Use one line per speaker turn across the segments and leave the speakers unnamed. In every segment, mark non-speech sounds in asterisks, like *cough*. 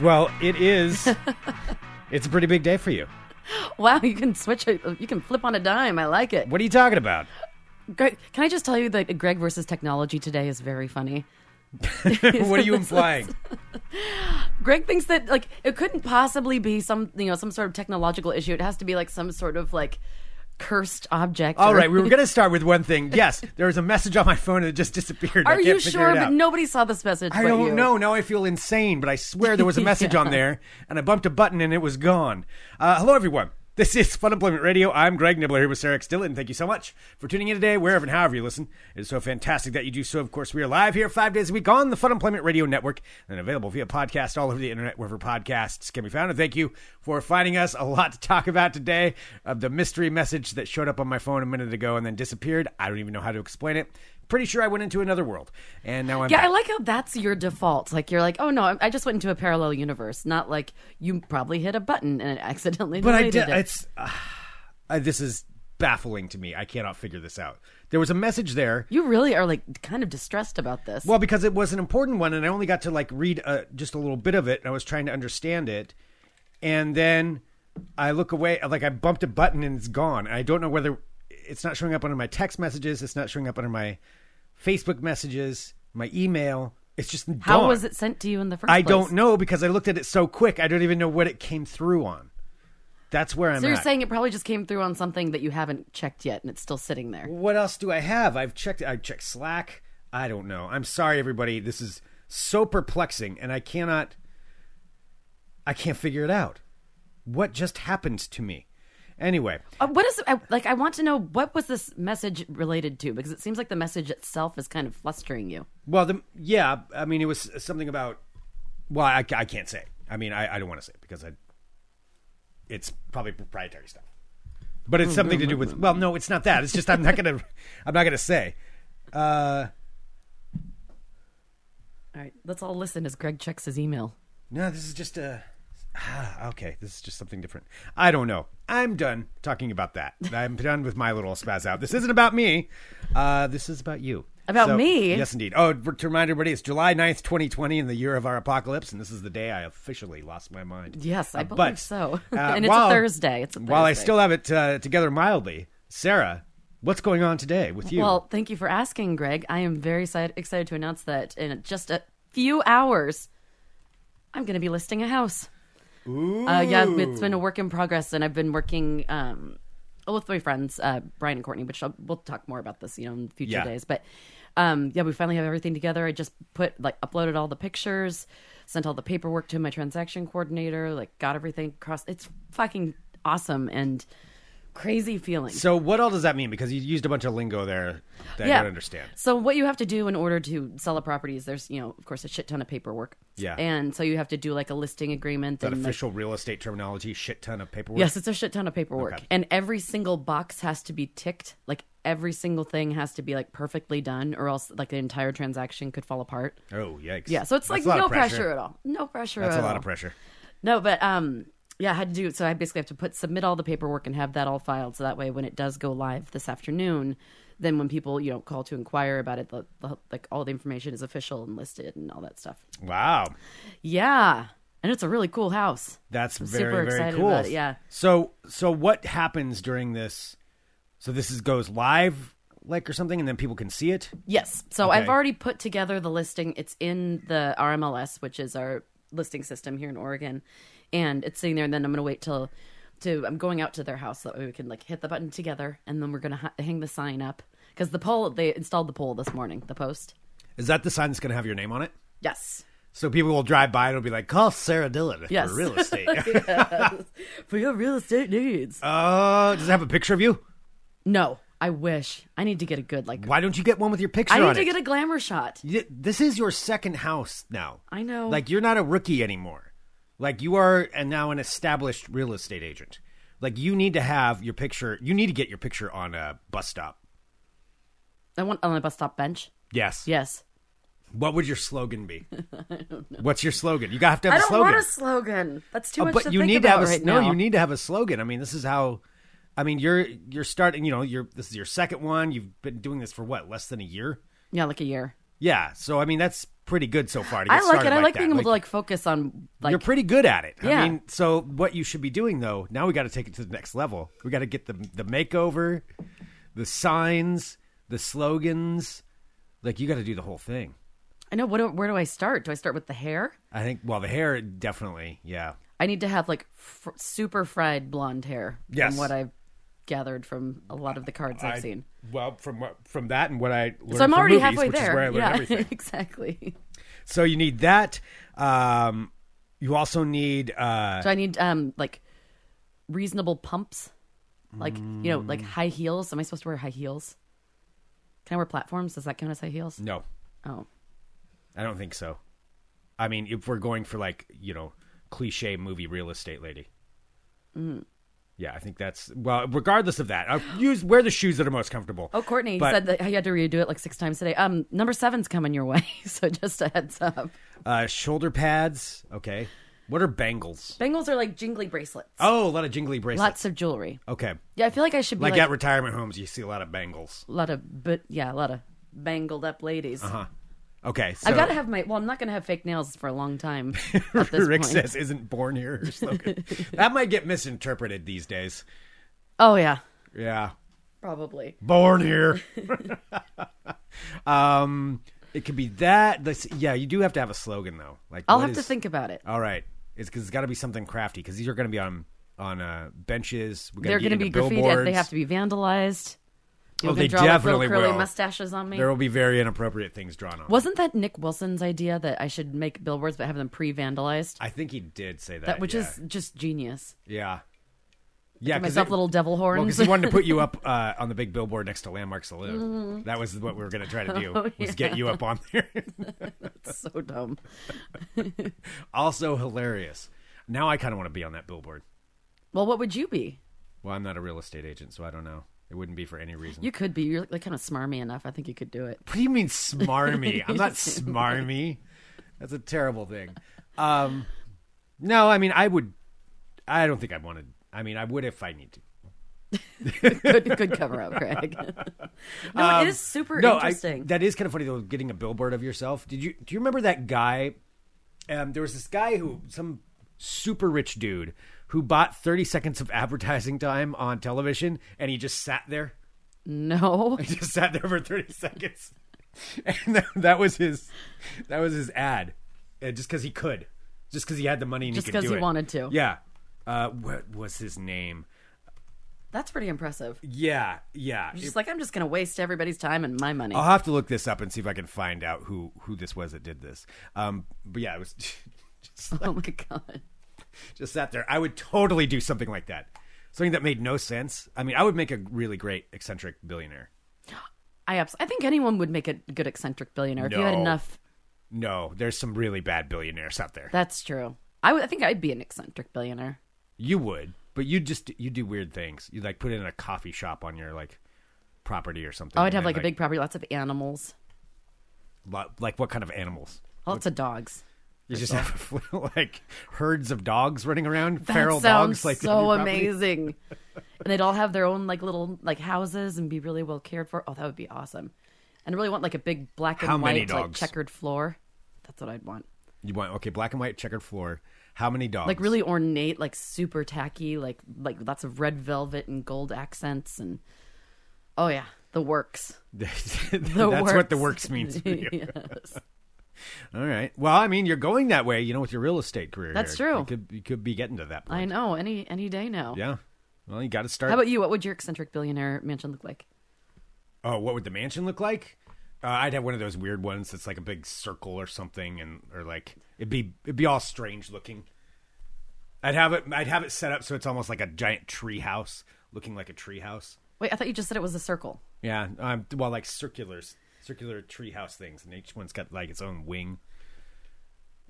Well, it
*laughs*
is. it's a pretty big day for you.
Wow, you can switch. it- You can flip on a dime. I like it.
What are you talking
*laughs*
about?
Greg, can I just tell you that Greg versus technology today is very funny.
what are you implying?
Greg thinks that like it couldn't possibly be some you know some sort of technological issue. It has to be like some sort of like cursed object.
All
or-
right, we were going to start with one thing. Yes, there was a message on my phone that just disappeared. I
*laughs* Are
can't
you
figure
sure?
it
But
out.
nobody saw this message.
I
but
don't
you.
know. Now I feel insane, but I swear there was
*laughs*
a message on there, and I bumped a button and it was gone. Uh, hello, everyone. This is Fun Employment Radio. I'm Greg Nibbler here with Sarah X. Dillon. Thank you so much for tuning in today, wherever and however you listen. It is so fantastic that you do so. Of course, we are live here five days a week on the Fun Employment Radio Network and available via podcast all over the internet, wherever podcasts can be found. And thank you for finding us. A lot to talk about today of the mystery message that showed up on my phone a minute ago and then disappeared. I don't even know how to explain it. Pretty sure I went into another world, and now I'm
Yeah,
back.
I like how that's your default. Like you're like, oh no, I- I just went into a parallel universe. Not like you probably hit a button and it accidentally.
But I
deleted
did.
It.
It's *sighs* uh, this is baffling to me. I cannot figure this out. There was a message there.
You really are like kind of distressed about this.
Well, because it was an important one, and I only got to like read uh, just a little bit of it. And I was trying to understand it, and then I look away. Like I bumped a button and it's gone. And I don't know whether it's not showing up under my text messages. It's not showing up under my Facebook messages. My email. It's just
how
gone.
was it sent to you in the first
I
place?
don't know because I looked at it so quick. I don't even know what it came through on. That's where I'm
So you're
at.
saying it probably just came through on something that you haven't checked yet, and it's still sitting there.
What else do I have? I've checked. I've checked Slack. I don't know. I'm sorry, everybody. This is so perplexing, and I cannot. I can't figure it out. What just happened to me? Anyway,
Uh, what is I, like? I want to know what was this message related to because it seems like the message itself is kind of flustering you.
well, the yeah. I mean, it was something about. Well, I, I can't say. I mean, I, I don't want to say it because I. It's probably proprietary stuff, but it's something to do with. Well, no, it's not that. It's just I'm not gonna. *laughs* I'm not gonna say.
All right, let's all listen as Greg checks his email.
No, this is just a. Ah, okay, this is just something different. I don't know. I'm done talking about that. I'm done with my little spaz out. This isn't about me. Uh, this is about you.
About me?
Yes, indeed. Oh, to remind everybody, it's July 9th, 2020, in the year of our apocalypse, and this is the day I officially lost my mind.
Yes, I believe
but,
so.
uh,
*laughs* and it's
while-
a Thursday. It's a Thursday.
While I still have it uh, together mildly, Sarah, what's going on today with you?
Well, thank you for asking, Greg. I am very excited, excited to announce that in just a few hours, I'm going to be listing a house. Ooh. Uh, yeah, it's been a work in progress, and I've been working um, with my friends, uh, Brian and Courtney, which I'll, we'll talk more about this, you know, in future
Yeah.
days. But um, yeah, we finally have everything together. I just put like uploaded all the pictures, sent all the paperwork to my transaction coordinator, like got everything across. It's fucking awesome and crazy feeling.
so, what all does that mean? Because you used a bunch of lingo there that I don't understand.
So what you have to do in order to sell a property is there's, you know, of course, a shit ton of paperwork.
Yeah.
And so you have to do like a listing agreement
That
and like,
official real estate terminology, shit ton of paperwork.
yes, it's a shit ton of paperwork,
Okay.
and every single box has to be ticked. Like every single thing has to be like perfectly done, or else like the entire transaction could fall apart.
Oh yikes!
Yeah. So it's
That's a lot
like
of
no pressure. at all. No pressure.
That's
at
a lot
all.
of pressure.
No, but um, yeah, I had to do so. I basically have to put submit all the paperwork and have that all filed, so that way when it does go live this afternoon, then when people you know call to inquire about it, the, the, like all the information is official and listed and all that stuff.
Wow,
Yeah, and it's a really cool house.
that's
I'm
very
super
very
excited
cool.
about it, yeah.
So so what happens during this? So this is goes live like or something, and then people can see it.
Yes. So
Okay.
I've already put together the listing. It's in the RMLS, which is our listing system here in Oregon, and it's sitting there. And then I'm going to wait till, to I'm going out to their house so that way we can like hit the button together, and then we're going to ha- hang the sign up because the pole they installed the pole this morning, the post.
Is that the sign that's going to have your name on it?
Yes.
So people will drive by and it'll be like, "Call Sarah Dillon
Yes.
for real estate."
*laughs* For your real estate needs.
Oh, does it have a picture of you?
no, I wish. I need to get a good like.
Why don't you get one with your picture
I
on
need to
it?
get a glamour shot.
Y- this is your second house now.
I know.
Like you're not a rookie anymore. Like you are and now an established real estate agent. Like you need to have your picture. You need to get your picture on a bus stop.
I want on a bus stop bench.
Yes.
Yes.
What would your slogan
*laughs*
be? I don't know. What's your slogan? You got have to have
I
a
don't
slogan.
want a slogan. That's too
Oh,
much.
but
to
you
think
need to
about
have a s-
right
no.
now.
You need to have a slogan. I mean, this is how. I mean, you're you're starting. You know, you're this is your second one. You've been doing this for what less than a year.
Yeah, like a year.
Yeah. So I mean, that's pretty good so far. To get
I like
started
it. I like
that.
being able to like focus on like
you're pretty good at it. I
Yeah.
mean, so what you should be doing though, now we got to take it to the next level. We got to get the the makeover, the signs, the slogans. Like you got to do the whole thing.
I know what do, where do I start? Do I start with the hair?
I think well, the hair definitely. Yeah.
I need to have like fr- super fried blonde hair
Yes.
from what I've gathered from a lot of the cards I've seen.
Well, from what from that and what I learned
So I'm already
movies,
halfway
which
there.
is where I learned
yeah, *laughs*
everything.
exactly.
So you need that. Um, you also need uh,
So I need um like reasonable pumps, like you know, like high heels. Am I supposed to wear high heels? Can I wear platforms? Does that count as high heels?
no.
Oh,
I don't think so. I mean, if we're going for like you know cliche movie real estate lady.
Mm.
Yeah, I think that's well. Regardless of that, I use wear the shoes that are most comfortable.
oh, Courtney you
But-
said that you had to redo it like six times today. Um, number seven's coming your way, *laughs* so just a heads up.
Uh, shoulder pads. Okay. What are bangles?
Bangles are like jingly bracelets.
Oh, a lot of jingly bracelets.
Lots of jewelry.
Okay.
Yeah, I feel like I should be
Like,
like,
at retirement homes, you see a lot of bangles.
a lot of, but yeah, a lot of bangled up ladies.
Huh. Okay. Uh-huh. So
I've got to have my. Well, I'm not going to have fake nails for a long
*laughs*
time. At this
Rick
point.
says, "Isn't born here." Or
*laughs*
slogan. that might get misinterpreted these days.
Oh yeah,
Yeah.
probably.
born
*laughs*
here. *laughs* um, it could be that. This, yeah, you do have to have a slogan though. Like
I'll
what
have to
is-
think about it.
All right, it's because it's got to be something crafty because these are going to be on on uh, benches. We're
They're
going to
be
billboards.
graffitied. They have to be vandalized. You're
Oh,
gonna
they
draw, like, little
definitely
curly
will.
mustaches on me.
There will be very inappropriate things drawn on.
Wasn't that Nick Wilson's idea that I should make billboards but have them pre-vandalized?
I think he did say that.
that which
Uh, yeah.
is just genius.
yeah, yeah.
Give
'cause
myself
it-
little devil
Well,
horns. *laughs*
because he wanted to put you up uh, on the big billboard next to Landmark Saloon.
Mm-hmm.
That was what we were going to try to
*laughs*
do
Oh,
was get you up on there. *laughs*
so dumb.
also hilarious. Now I kind of want to be on that billboard.
Well, what would you be?
Well, I'm not a real estate agent, so I don't know. It wouldn't be for any reason.
You could be. You're like kind of smarmy enough. I think you could do it.
*laughs*
*laughs*
what do you mean smarmy? I'm not smarmy. That's a terrible thing. Um, no, I mean I would. I don't think I wanted. I mean I would if I need to.
Good, good cover up, Craig. *laughs* no, it is super
Um, No, I,
interesting.
that is kind of funny though. Getting a billboard of yourself. Did you do you remember that guy? Um, there was this guy who some super rich dude who bought 30 seconds of advertising time on television, and he just sat there.
no,
He just sat there for 30 seconds *laughs* and that, that was his that was his ad Uh, just because he could just because he had the money and
Just
he could
'cause
do
he
it.
wanted to.
yeah uh, what was his name
that's pretty impressive.
yeah yeah
Just like I'm just gonna waste everybody's time and my money.
i'll have to look this up and see if i can find out who who this was that did this um but yeah it was *laughs* just,
*laughs* oh my god.
just sat there i would totally do something like that something that made no sense i mean i would make a really great eccentric billionaire
I abs- I think anyone would make a good eccentric billionaire if you had
No.
enough.
no there's some really bad billionaires out there
That's true. I would- I think I'd be an eccentric billionaire.
You would, but you just you do weird things. You like put in a coffee shop on your like property or something.
Oh, I'd
and
have
then,
like a big property, lots of animals,
lo- like what kind of animals?
lots of dogs.
You just have *laughs* like herds of dogs running around,
That
feral
sounds
dogs. *laughs* Like on
so
your property. *laughs*
amazing. and they'd all have their own like little like houses and be really well cared for. Oh, that would be awesome. And I really want like a big black and
How many
white like
dogs?
checkered floor. That's what I'd want.
You want okay, black and white checkered floor. How many dogs?
Like really ornate, like super tacky, like like lots of red velvet and gold accents and oh yeah, the works.
*laughs* That's
works.
what the works means.
*laughs*
For you.
yes.
All right. Well, I mean, you're going that way. You know, with your real estate career.
That's
here.
true.
You could you could be getting to that point.
I know. Any any day now.
Yeah. Well, you got to start.
How about you? What would your eccentric billionaire mansion look like?
Oh, what would the mansion look like? Uh, I'd have one of those weird ones that's like a big circle or something, and or like it'd be it'd be all strange looking. I'd have it I'd have it set up so it's almost like a giant tree house, looking like a tree house.
Wait, I thought you just said it was a circle.
Yeah, um, well, like circulars, circular tree house things, and each one's got like its own wing.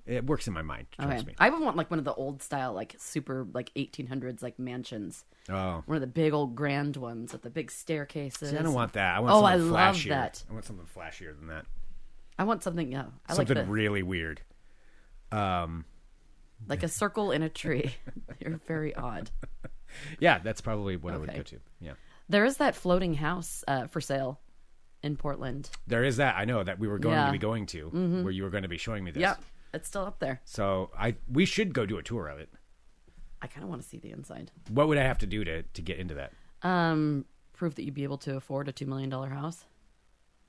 It works in my mind. Trust
Okay. I would want like one of the old style, like super like eighteen hundreds like mansions.
me. Oh,
One of the big old grand ones with the big staircases.
see, I don't want that. I want
Oh, I
something
love
flashier.
that.
I want something flashier than that.
I want something yeah. I
Something
like the,
really weird.
like a circle in
*laughs*
a tree. *laughs* You're very odd.
Yeah, that's probably what I would
Okay.
go to. Yeah.
There is that floating house uh, for sale in Portland.
There is that. I know that we were going
Yeah. Mm-hmm.
to be going to where you were going to be showing me this.
Yep, it's still up there.
So I we should go do a tour of it.
I kind of want to see the inside.
What would I have to do to to get into that?
Um, prove that you'd be able to afford a two million dollar house.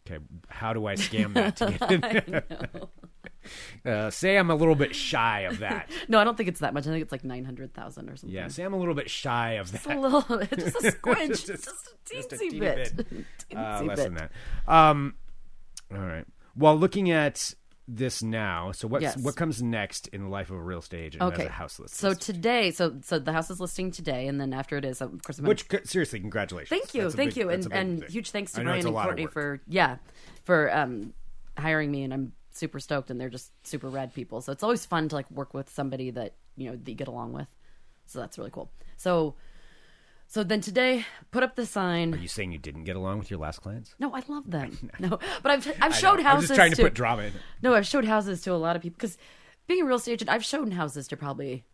Okay, how do I scam that to
*laughs*
get in? *laughs* uh, say I'm a little bit shy of that.
No, I don't think it's that much. I think it's like nine hundred thousand or something.
Yeah, say I'm a little bit shy of
*laughs*
that.
Just a little,
*laughs*
just a squinch, just, a teensy
just a teeny
bit,
bit.
teensy
uh, less
bit.
than that. Um, all right. Well, looking at this now, so what's,
Yes.
what comes next in the life of a real stage and as a house list?
So today, so so the house is listing today, and then after it is, of course, I'm
which co- seriously, congratulations.
Thank you,
That's a
thank
big-
you,
that's
and
a big
and
thing.
huge thanks to
I know it's a
Brian and
lot of
Courtney
work.
for yeah for um hiring me, and I'm super stoked, and they're just super rad people. So it's always fun to like work with somebody that you know that you get along with. So that's really cool. So so then today, put up the sign.
Are you saying you didn't get along with your last clients?
No, I love them. No, but I've
*laughs*
I've
I
showed
know. I'm
houses
just trying to,
to
put drama in.
no, I've showed houses to a lot of people because being a real estate agent, I've shown houses to probably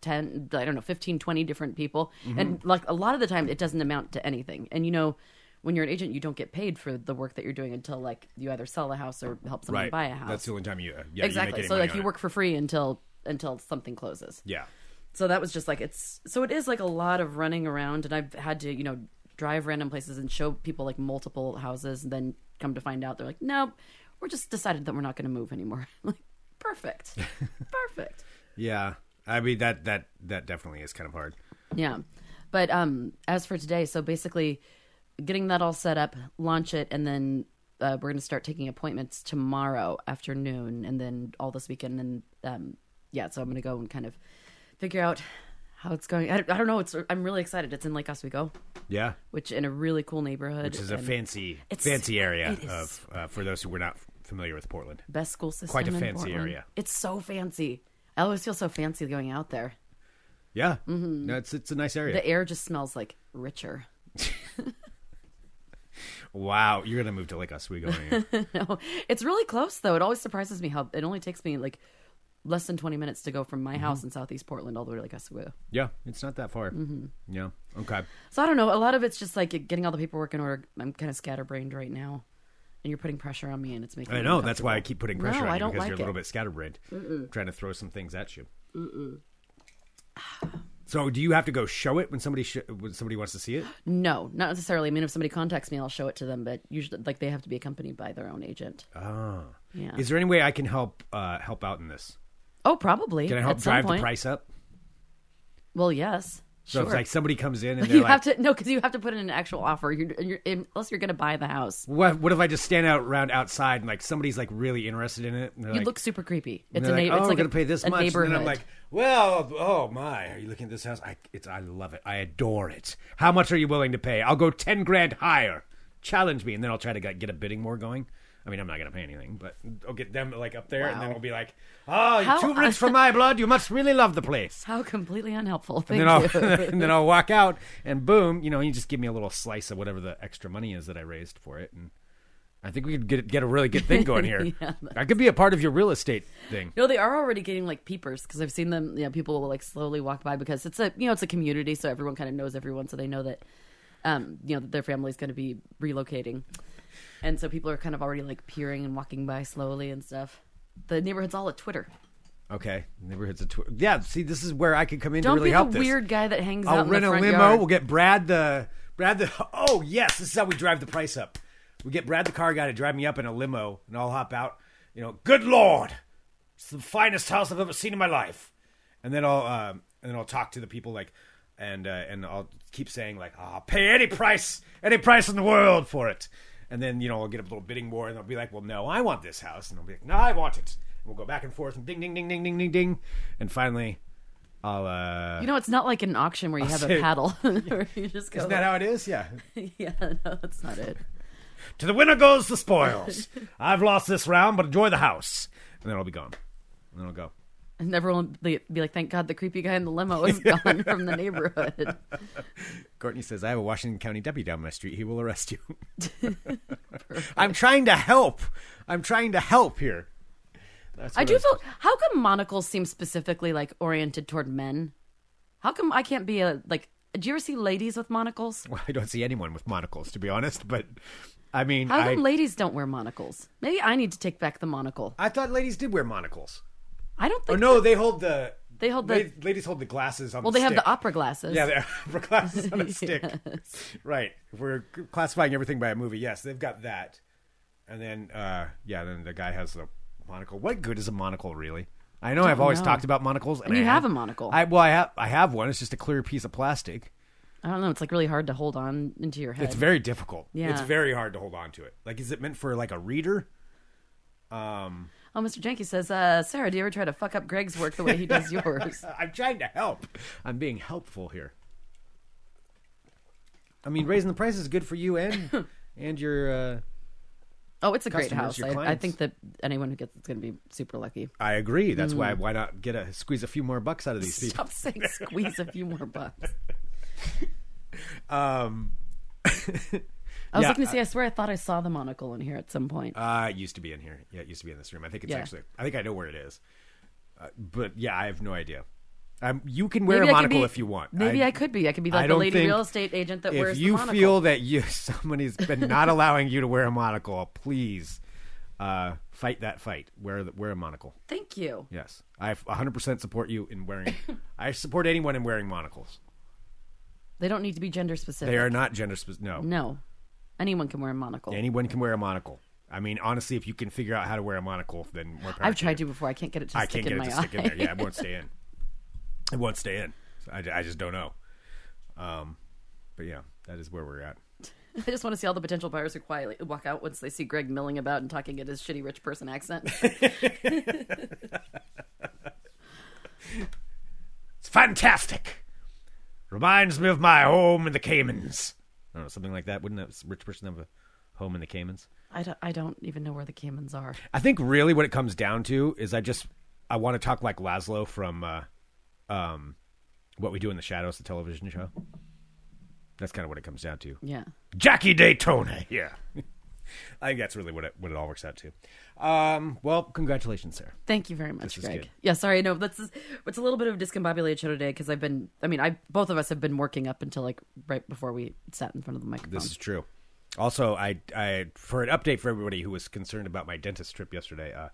10, I don't know, 15, 20 different people.
Mm-hmm.
And like a lot of the time, it doesn't amount to anything. And you know, when you're an agent, you don't get paid for the work that you're doing until like you either sell a house or help someone buy a house.
That's the only time you. Uh, yeah, You make
exactly.
any
So
money
like
on
you
it.
work for free until until something closes
Yeah.
so that was just like it's so it is like a lot of running around and i've had to you know drive random places and show people like multiple houses and then come to find out they're like no we're just decided that we're not going to move anymore *laughs* I'm like perfect perfect
Yeah. I mean that that that definitely is kind of hard.
yeah but um as for today so basically getting that all set up launch it and then uh, we're going to start taking appointments tomorrow afternoon and then all this weekend and um yeah so i'm going to go and kind of figure out how it's going i, I don't know it's i'm really excited it's in lake oswego
Yeah.
which in a really cool neighborhood.
Which is a
and
fancy
It's-
fancy area
it is.
of uh, for those who were not familiar with Portland.
best school system.
quite a
in
fancy
Portland.
area.
It's so fancy. I always feel so fancy going out there.
Yeah. Mm-hmm. No, it's it's a nice area.
The air just smells like richer.
Wow, you're gonna move to Lake Oswego.
*laughs*
Aren't you?
no, it's really close though. It always surprises me how it only takes me like less than twenty minutes to go from my
Mm-hmm.
house in Southeast Portland all the way to like Oswego.
yeah, it's not that far. Mm-hmm. Yeah. Okay.
So I don't know. A lot of it's just like getting all the paperwork in order. I'm kind of scatterbrained right now, and you're putting pressure on me, and it's making.
I
me
know that's why I
uncomfortable.
keep putting pressure
No,
on
I
you
don't
because
like
you're a little
it.
bit scatterbrained, trying to throw some things at you. So, do you have to go show it when somebody sh- when somebody wants to see it?
No, not necessarily. I mean, if somebody contacts me, I'll show it to them, but usually, like, they have to be accompanied by their own agent.
Oh.
Yeah.
Is there any way I can help uh, help out in this?
Oh, probably.
Can I help
at some
drive
point.
the price up?
Well, yes.
So
sure.
if
*laughs*
like somebody comes in and they're
you
like,
have to no, because you have to put in an actual offer. You're, you're, unless you're going to buy the house,
what, what if I just stand out around outside and like somebody's like really interested in it? And they're
you
like,
look super creepy.
and
It's a
they're like,
neighbor.
oh,
it's
we're
like
gonna
a,
pay this
a
much. And
neighborhood.
then I'm like, well, oh my, are you looking at this house? I, it's, I love it. I adore it. How much are you willing to pay? I'll go ten grand higher. Challenge me, and then I'll try to get, get a bidding war going. I mean, I'm not gonna pay anything, but I'll get them like up there, and then
Wow.
we'll be like, oh, you're
How-
too rich for my blood. You must really love the place.
how completely unhelpful.
And
*laughs* Thank
then, *laughs* I'll,
you.
and then I'll walk out, and boom, you know, you just give me a little slice of whatever the extra money is that I raised for it, and I think we could get get a really good thing
*laughs*
going here.
Yeah,
I could be a part of your real estate thing.
No, they are already getting like peepers because I've seen them. You know, people will like slowly walk by because it's a you know it's a community, so everyone kind of knows everyone, so they know that um you know that their family's going to be relocating, and so people are kind of already like peering and walking by slowly and stuff. The neighborhood's all at Twitter.
Okay, neighborhoods of tw- yeah. See, this is where I could come in
Don't
to really
be
help
the
this.
weird guy that hangs out
I'll
in
rent
the
a
front
limo.
yard.
We'll get Brad the Brad the. Oh yes, this is how we drive the price up. We get Brad the car guy to drive me up in a limo, and I'll hop out. You know, good lord, it's the finest house I've ever seen in my life. And then I'll um, and then I'll talk to the people like, and uh, and I'll keep saying like, I'll pay any price, any price in the world for it. And then you know I'll get a little bidding war, and they'll be like, well, no, I want this house, and I'll be like, no, I want it. And we'll go back and forth, and ding, ding, ding, ding, ding, ding, ding, and finally, I'll. uh
You know, it's not like an auction where you have
say-
a
*laughs*
paddle. *laughs* where you just go.
Isn't that how it is? Yeah.
*laughs* yeah, no, that's not it.
To the winner goes the spoils. *laughs* I've lost this round, but enjoy the house. And then I'll be gone. And then I'll go.
And everyone will be like, "Thank God the creepy guy in the
*laughs*
limo is gone from the neighborhood."
Courtney says, I have a Washington County deputy down my street. He will *laughs* arrest you. I'm trying to help. I'm trying to help here. That's
I
what
do
was-
feel. How come monocles seem specifically like oriented toward men? How come I can't be a like do you ever see ladies with monocles?
Well, *laughs* I don't see anyone with monocles, to be honest. But I mean,
How
I,
come ladies don't wear monocles? Maybe I need to take back the monocle.
I thought ladies did wear monocles.
I don't
Or
think.
Oh, no, they hold the
They hold the-
ladies, ladies hold the glasses on.
well,
the
they have
stick.
the opera glasses.
Yeah, *laughs* they're opera glasses
*laughs*
on a stick. Right. If we're c- classifying everything by a movie, yes, they've got that. And then, uh, yeah, then the guy has the monocle. What good is a monocle, really? I know I've always
know.
talked about monocles, and,
And you
I
have a monocle.
I, well, I have I have one. It's just a clear piece of plastic.
I don't know. It's like really hard to hold on into your head.
It's very difficult.
Yeah.
It's very hard to hold on to it. Like, is it meant for like a reader?
oh, Mr. Janky says, uh, Sarah, do you ever try to fuck up Greg's work the way
*laughs*
he does yours?
Uh, I'm trying to help. I'm being helpful here. I mean, raising the price is good for you
*laughs*
and and your. Uh,
Oh, it's a great
Customers,
house.
your
I, I
clients.
think that anyone who gets it's going to be super lucky.
I agree. That's
Mm.
why why not get a squeeze a few more bucks out of these people.
*laughs* Stop saying squeeze a few more bucks.
*laughs* Um,
I was
Yeah,
looking to see. I swear, I thought I saw the monocle in here at some point.
uh, it used to be in here. Yeah, it used to be in this room. I think it's
Yeah.
actually. I think I know where it is. Uh, but yeah, I have no idea. Um, you can wear
Maybe
a
I could
monocle
be-
if you want.
Maybe I, could be. I could be
I
like the
don't
lady
think-
real estate agent that
If
wears
you
the monocle.
feel that you *laughs* somebody's been not allowing you to wear a monocle, please uh, fight that fight. Wear the, wear a monocle.
Thank you.
Yes, I 100% support you in
*laughs*
wearing. I support anyone in wearing monocles.
They don't need to be gender specific.
They are not gender specific. No,
No, anyone can wear a monocle.
Anyone can wear a monocle. I mean, honestly, if you can figure out how to wear a monocle, then more power
I've tried
you.
to before. I can't get it to
I can't
stick
get it
in my
to
eye.
stick in there. Yeah, it won't stay in. It won't stay in. So I, I just don't know. Um, but yeah, that is where we're at.
*laughs* I just want to see all the potential buyers who quietly walk out once they see Greg milling about and talking in his shitty rich person accent.
*laughs* It's fantastic. Reminds me of my home in the Caymans. I don't know, something like that. Wouldn't that rich person have a home in the Caymans?
I don't. I don't even know where the Caymans are.
I think really what it comes down to is I just I want to talk like Laszlo from uh, um, what we do in the shadows, the television show. That's kind of what it comes down to.
Yeah.
Jackie Daytona here. *laughs* I think that's really what it what it all works out to. Um, well, congratulations, sir.
Thank you very much,
is
Greg.
good.
Yeah, sorry, no, that's it's a little bit of a discombobulated show today because I've been, I mean, I both of us have been working up until like right before we sat in front of the microphone.
This is true. Also, I I for an update for everybody who was concerned about my dentist trip yesterday. Uh,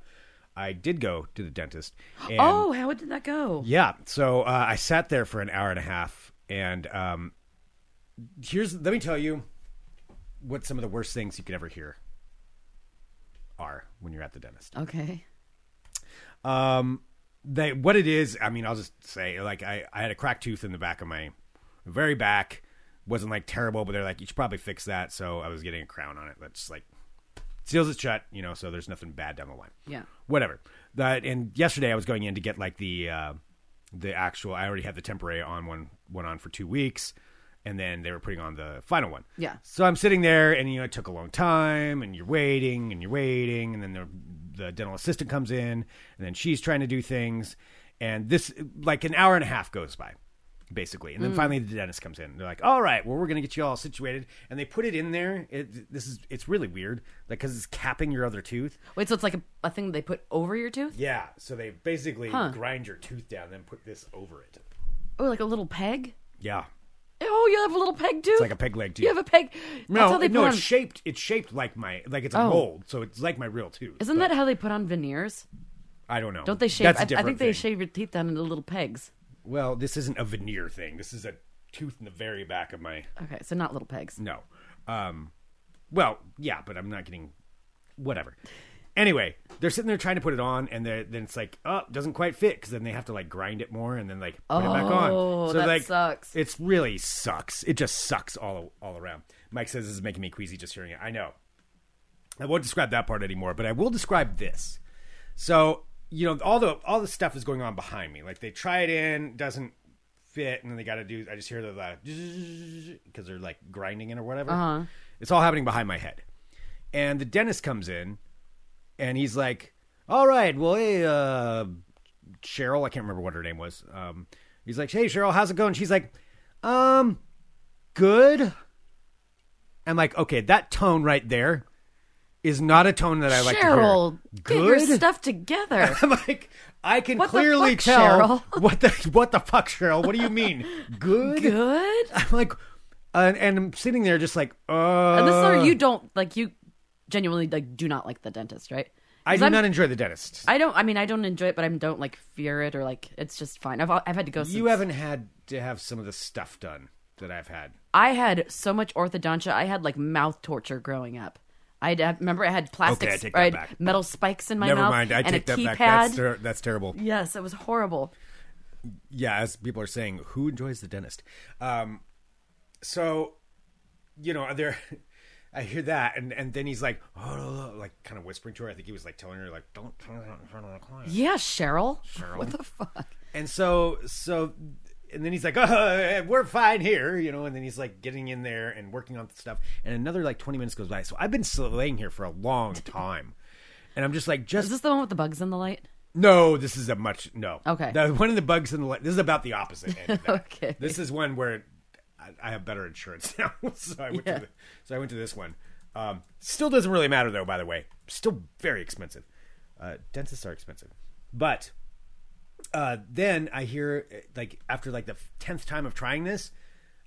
I did go to the dentist. And
oh, how did that go?
Yeah. So uh, I sat there for an hour and a half, and um, here's let me tell you what some of the worst things you could ever hear are when you're at the dentist.
Okay.
Um, they what it is. I mean, I'll just say like I I had a cracked tooth in the back of my very back. wasn't like terrible, but they're like you should probably fix that. So I was getting a crown on it. That's like seals it shut, you know. So there's nothing bad down the line.
Yeah.
Whatever. That and yesterday I was going in to get like the uh, the actual. I already had the temporary on one one on for two weeks. And then they were putting on the final one.
Yeah.
So I'm sitting there, and you know it took a long time, and you're waiting, and you're waiting, and then the the dental assistant comes in, and then she's trying to do things, and this like an hour and a half goes by, basically, and then finally the dentist comes in. They're like, "All right, well we're gonna get you all situated," and they put it in there. It, this is it's really weird, like because it's capping your other tooth.
Wait, so it's like a, a thing they put over your tooth?
Yeah. So they basically grind your tooth down, then put this over it.
Oh, like a little peg?
Yeah.
Oh, you have a little peg tooth? It's
like a peg leg tooth.
You have a peg.
No,
That's how they Oh.
no,
put
it's
on,
shaped. It's shaped like my like it's a mold, so it's like my real tooth.
Isn't that how they put on veneers?
I don't know.
Don't they shave?
That's a
I, I
different
think
thing.
they shave your teeth down into little pegs.
Well, this isn't a veneer thing. This is a tooth in the very back of my.
Okay, so not little pegs.
No. Um, well, yeah, but I'm not getting. Whatever. Anyway, they're sitting there trying to put it on, and they're- then it's like, oh, it doesn't quite fit because then they have to like grind it more and then like put it back on.
Oh, that
like,
sucks.
It's really sucks. It just sucks all all around. Mike says this is making me queasy just hearing it. I know. I won't describe that part anymore, but I will describe this. So you know, all the all the stuff is going on behind me. Like they try it in, doesn't fit, and then they got to do. I just hear the like, because they're like grinding it or whatever.
Uh-huh.
It's all happening behind my head, and the dentist comes in, and he's like, "All right, well, hey, uh, Cheryl, I can't remember what her name was. Um, he's like, "Hey, Cheryl, how's it going?" She's like, "Um, good." I'm like, "Okay, that tone right there is is not a tone that I like
Cheryl,
to
get
hear.
your
Good?
stuff together.
*laughs* I'm like, I can
What the
clearly
fuck,
tell *laughs*
Cheryl?
what the what the fuck, Cheryl. What do you
*laughs*
mean? Good.
Good.
I'm like, and, and I'm sitting there just like, uh.
And this is where you don't like you genuinely like do not like the dentist, right?
I
'Cause
do
I'm-
not enjoy the dentist.
I don't. I mean, I don't enjoy it, but I don't like fear it or like it's just fine. I've I've had to go. Since,
you haven't had to have some of the stuff done that I've had.
I had so much orthodontia. I had like mouth torture growing up. I had remember I had plastic
Okay, I
sp-
take
or I
that
had
back.
metal spikes in my
Never
mouth
mind. I
and
take
a
that
keypad.
back. That's, ter- that's terrible.
yes, it was horrible.
Yeah, as people are saying, who enjoys the dentist? Um, so, you know, there. *laughs* I hear that, and, and then he's like, oh, like kind of whispering to her. I think he was like telling her, like, don't turn it on in front of the client.
Yeah, Cheryl. Cheryl. What the fuck?
And so, so, and then he's like, oh, we're fine here, you know, and then he's like getting in there and working on stuff. And another like 20 minutes goes by. So I've been slaying here for a long time. And I'm just like,
Is
just
this the one with the bugs in the light?
no, this is a much, no.
Okay.
The, one of the bugs in the light, this is about the opposite end
*laughs*
of that.
Okay.
This is one where I, I have better insurance *laughs* now. so, I went
Yeah.
to the, so I went to this one. Um, still doesn't really matter though, by the way. Still very expensive. Uh, dentists are expensive. But uh, then I hear uh, like after like the f- tenth time of trying this,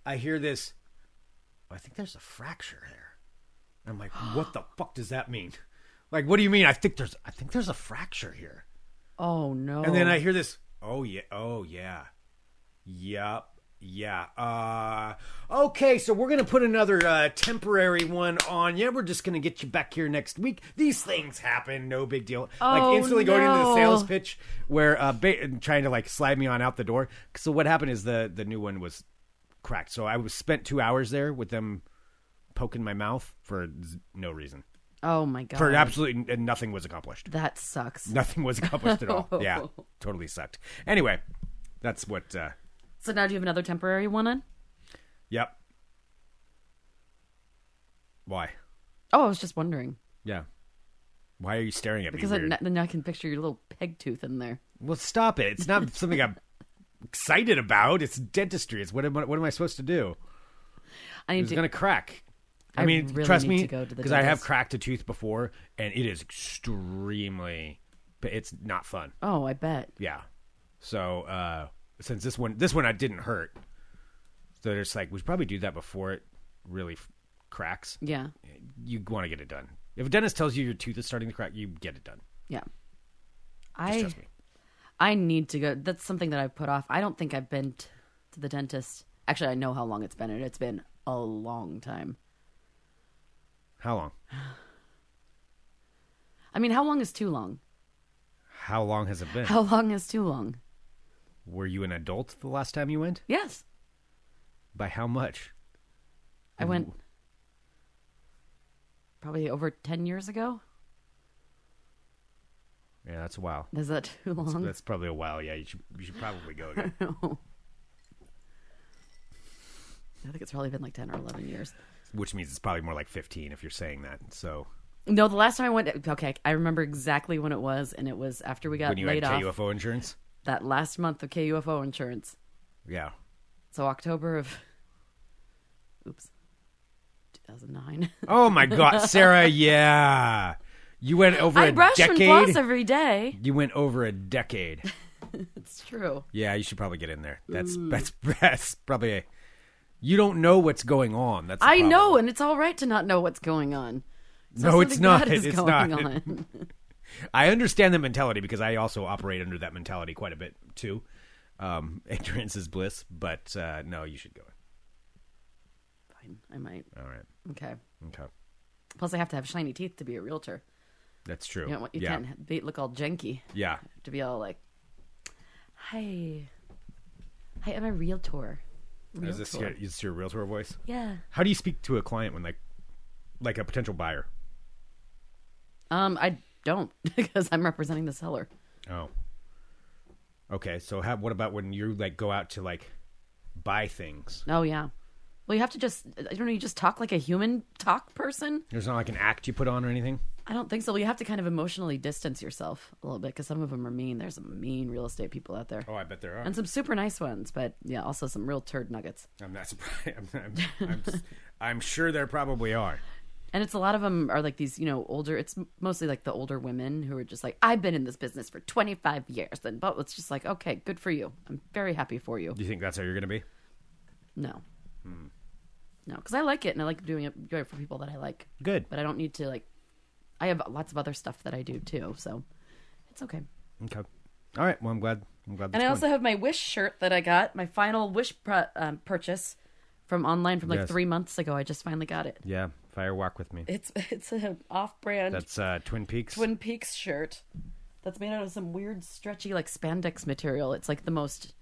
I hear this. "Oh, I think there's a fracture there. And I'm like, what the fuck does that mean? *laughs* Like, what do you mean? I think there's, I think there's a fracture here.
Oh no.
And then I hear this. Oh yeah. Oh yeah. Yep. Yeah. Uh, okay. So we're gonna put another uh, temporary one on. Yeah, we're just gonna get you back here next week. These things happen. No big deal.
Oh,
like instantly going into the sales
no.
pitch where uh, ba- trying to like slide me on out the door. So what happened is the the new one was cracked. So I was spent two hours there with them poking my mouth for z- no reason.
Oh my god.
For absolutely and nothing was accomplished
that sucks.
*laughs* nothing was accomplished at
*laughs*
all. Yeah, totally sucked. Anyway, that's what. Uh,
So now do you have another temporary one on?
yep. Why?
Oh, I was just wondering
Yeah. Why are you staring at
because
me?
I,
Weird?
then I can picture your little peg tooth in there.
well, stop it. It's not something I'm excited about. It's dentistry. It's what am I, what am I supposed to do?
I need
It's
to.
gonna crack. I,
I
mean,
really
trust
need
me,
to go to the
I have
dentist.
cracked a tooth before, and it is extremely. It's not fun.
Oh, I bet.
Yeah. So uh since this one this one I didn't hurt. So they're just like we should probably do that before it really f- cracks.
Yeah.
You want to get it done. If a dentist tells you your tooth is starting to crack, you get it done.
Yeah.
Just
I
trust me.
I need to go. That's something that I've put off. I don't think I've been t- to the dentist. Actually, I know how long it's been, and it's been a long time.
How long?
I mean, how long is too long? *laughs*
How long has it been?
How long is too long?
Were you an adult the last time you went?
Yes.
By how much?
I went probably over 10 years ago.
Yeah, that's a while.
Is that too long? *laughs*
That's probably a while. Yeah, you should you should probably go again.
I think it's probably been like 10 or 11 years.
Which means it's probably more like 15 if you're saying that. So
No, the last time I went, okay, I remember exactly when it was, and it was after we got
when you had
laid off
KUFO insurance?
that last month of KUFO insurance.
Yeah.
So October of, oops, 2009.
Oh my god,
*laughs*
Sarah, yeah. You went over a
I brush
decade.
and floss every day.
You went over a decade.
It's true.
Yeah, you should probably get in there. That's
Mm.
that's *laughs* that's probably a. You don't know what's going on. That's the
I
problem.
know, and it's all right to not know what's going on.
No, it's
something
not.
bad is
It's
going
not.
on.
I understand the mentality because I also operate under that mentality quite a bit too. Um, *laughs* ignorance is bliss, but uh, no, you should go in.
Fine, I might.
All right,
Okay.
okay,
Plus, I have to have shiny teeth to be a realtor.
that's true.
You know, you
yeah,
can't be, look all janky.
yeah.
To be all like, "Hi, hi, I'm a realtor."
Is this your, is this your realtor voice?
Yeah.
How do you speak to a client when like, like a potential buyer?
Um, I don't *laughs* because I'm representing the seller.
Oh. Okay, so how, what about when you like go out to like buy things?
Oh yeah. Well, you have to just I don't know. You just talk like a human talk person.
There's not like an act you put on or anything.
I don't think so. Well, you have to kind of emotionally distance yourself a little bit because some of them are mean. There's some mean real estate people out there.
Oh, I bet there are.
And some super nice ones, but yeah, also some real turd nuggets.
*laughs* I'm not surprised. I'm, I'm, I'm, I'm sure there probably are.
And it's a lot of them are like these, you know, older. It's mostly like the older women who are just like, I've been in this business for 25 years. And but it's just like, okay, good for you. I'm very happy for you.
Do you think that's how you're going to be?
No, no, because I like it and I like doing it doing it for people that I like.
Good.
But I don't need to like. I have lots of other stuff that I do too, so it's okay.
Okay. All right. Well, I'm glad. I'm glad.
And
that's
I
fun.
also have my Wish shirt that I got, my final Wish pro- um, purchase from online from like
Yes.
three months ago. I just finally got it.
yeah, fire walk with
*laughs*
me.
It's it's an off-brand
That's uh, Twin Peaks.
Twin Peaks shirt that's made out of some weird stretchy like spandex material. It's like the most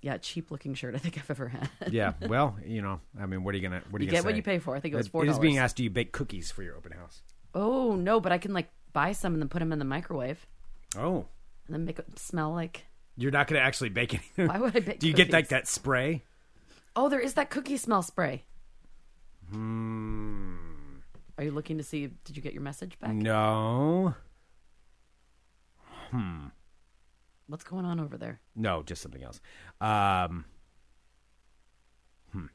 yeah cheap-looking shirt I think I've ever had.
*laughs*
*laughs*
yeah. Well, you know, I mean, what are you gonna? What are you,
You
gonna
get what
say?
you pay for. I think it was
It is
$4.
being asked, do you bake cookies for your open house?
oh no, but I can like buy some and then put them in the microwave
Oh,
and then make it smell like.
you're not gonna actually bake anything.
Why would I bake
Do you get like
cookies?
that spray?
Oh, there is that cookie smell spray.
Mm.
Hmm. Are you looking to see? Did you get your message back?
No.
What's going on over there?
No, just something else. Um. Hmm.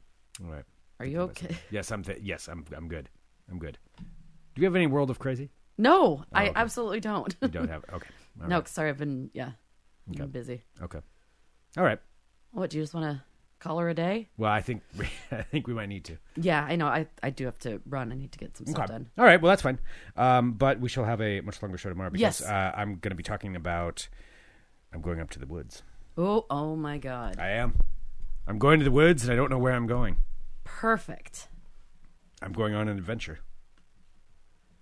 All right.
Are you okay?
Yes, I'm. Th- yes, I'm. I'm good. I'm good. Do you have any World of Crazy?
*laughs* No, I
Oh, okay.
absolutely don't. *laughs*
You don't have. Okay. All
no,
right.
sorry, I've been yeah, I've been busy.
Okay. All right.
What do you just want to call her a day?
Well, I think we, *laughs* I think we might need to.
Yeah, I know. I I do have to run. I need to get some stuff
Okay.
done.
All right. Well, that's fine. Um, but we shall have a much longer show tomorrow because
Yes.
uh, I'm going to be talking about. I'm going up to the woods.
Oh, oh my God!
I am. I'm going to the woods, and I don't know where I'm going.
Perfect.
I'm going on an adventure.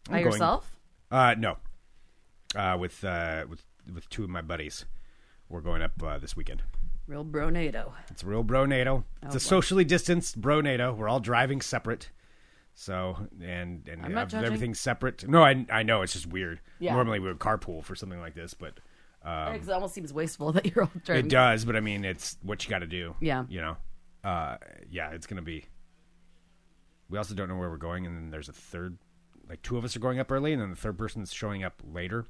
By
going-
yourself?
Uh, no, uh, with uh, with with two of my buddies, we're going up uh, this weekend.
Real bronado.
It's a real bro NATO. It's
boy.
a socially distanced bro NATO. We're all driving separate. So and and
I'm not
have
judging.
everything's separate. No, I I know it's just weird.
Yeah.
Normally we would carpool for something like this, but
it almost seems wasteful *laughs* that you're all driving.
Um, it does. But I mean, it's what you got to do.
Yeah.
you know, uh, yeah, it's gonna be. We also don't know where we're going, and then there's a third, like two of us are going up early, and then the third person's showing up later.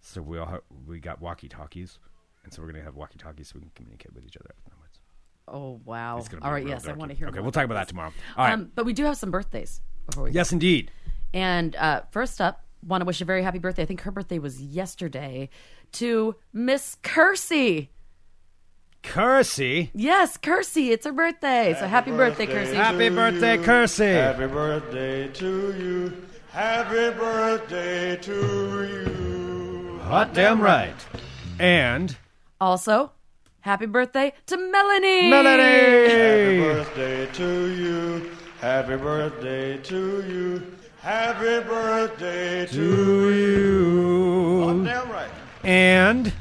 So we all ha- we got walkie talkies, and so we're gonna have walkie talkies so we can communicate with each other. afterwards.
Oh wow!
It's gonna be
All right,
real
yes, I
dorky.
want to hear.
Okay,
more
we'll talk about that
this.
tomorrow. All right.
Um, but we do have some birthdays before we
yes, indeed.
And uh, first up, want to wish a very happy birthday. I think her birthday was yesterday to Miss Kersey.
Cursey.
Yes, Kersey, it's her birthday. so happy birthday,
birthday.
Kersey.
Happy birthday, Cursey.
Happy birthday to you. Happy birthday to you.
Hot damn right. And
Also, happy birthday to Melanie.
Happy
Melody.
birthday to you. Happy birthday to you. Happy birthday to
To you.
you. Damn right.
And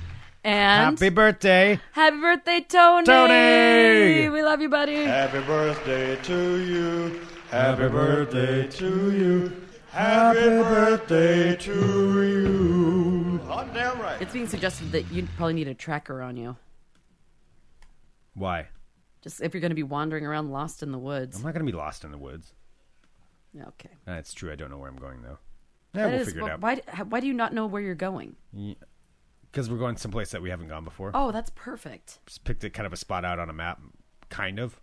And
happy
happy,
birthday.
birthday, Tony.
Tony.
We love you, buddy.
Happy birthday to you. Happy birthday to you. Happy birthday to you. Hot damn right.
It's being suggested that you probably need a tracker on you.
Why?
Just if you're going to be wandering around lost in the woods.
I'm not going to be lost in the woods.
Okay.
That's true. I don't know where I'm going, though. Yeah,
That
we'll
is-
figure
well,
it out.
Why, how- why do you not know where you're going?
Because we're going someplace that we haven't gone before.
Oh, that's perfect.
Just picked a kind of a spot out on a map, kind of.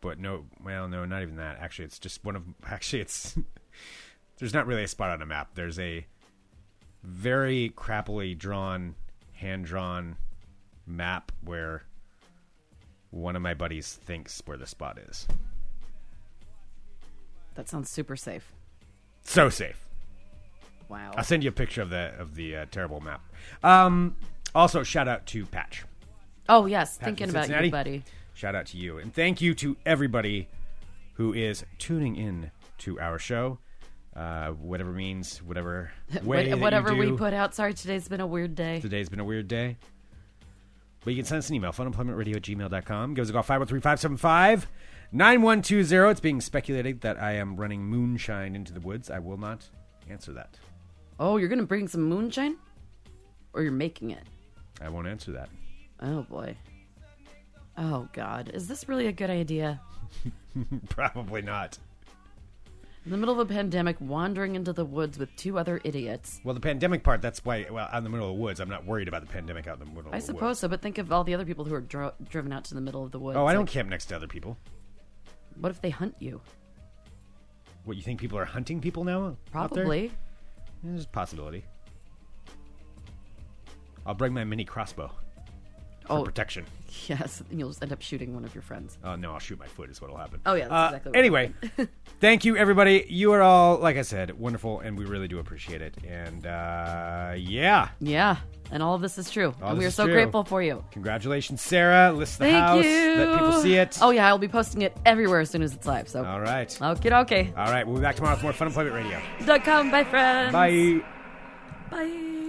But no, well, no, not even that. Actually, it's just one of. *laughs* Actually, it's there's not really a spot on a map. There's a very crappily drawn, hand drawn map where one of my buddies thinks where the spot is.
That sounds super safe.
So safe.
Wow.
I'll send you a picture of the of the uh, terrible map. Um, also, shout out to Patch.
Oh yes,
Pat
thinking
from
about
Cincinnati.
you, buddy.
Shout out to you. And thank you to everybody who is tuning in to our show. Uh, whatever means, whatever
*laughs*
way. that
What,
you
whatever we
do.
put out. Sorry, today's been a weird day.
Today's been a weird day. But you can send us an email, funemploymentradio at gmail.com. Give us a call, 513-575-9120. It's being speculated that I am running moonshine into the woods. I will not answer that.
Oh, you're gonna bring some moonshine, or you're making it.
I won't answer that. *laughs*
Oh boy. Oh God, is this really a good idea?
Probably not.
In the middle of a pandemic, wandering into the woods with two other idiots.
Well, the pandemic part, that's why, well, out in the middle of the woods, I'm not worried about the pandemic out in the middle of
I
the woods.
suppose so, but think of all the other people who are dro- driven out to the middle of the woods.
Oh, I don't
Like,
camp next to other people.
What if they hunt you?
What you think people are hunting people now? out there?
Probably.
There's a possibility. I'll bring my mini crossbow for
Oh,
protection.
*laughs* yes. And you'll just end up shooting one of your friends.
Oh no, I'll shoot my foot. Is what'll happen.
Oh, yeah, that's
Uh,
exactly what
anyway,
*laughs*
thank you everybody. You are all, like I said, wonderful, and we really do appreciate it. And uh, yeah,
Yeah. And all of this is true.
All
and
this
we are
is
so
true.
grateful for you.
congratulations, Sarah. List the
Thank
house.
you.
Let people see it. Oh.
Oh, yeah. I'll be posting it everywhere as soon as it's live. So,
All right.
okay, okay.
All right. We'll be back tomorrow with more Fun Employment Radio.
Dot com. Bye, friends.
Bye.
Bye.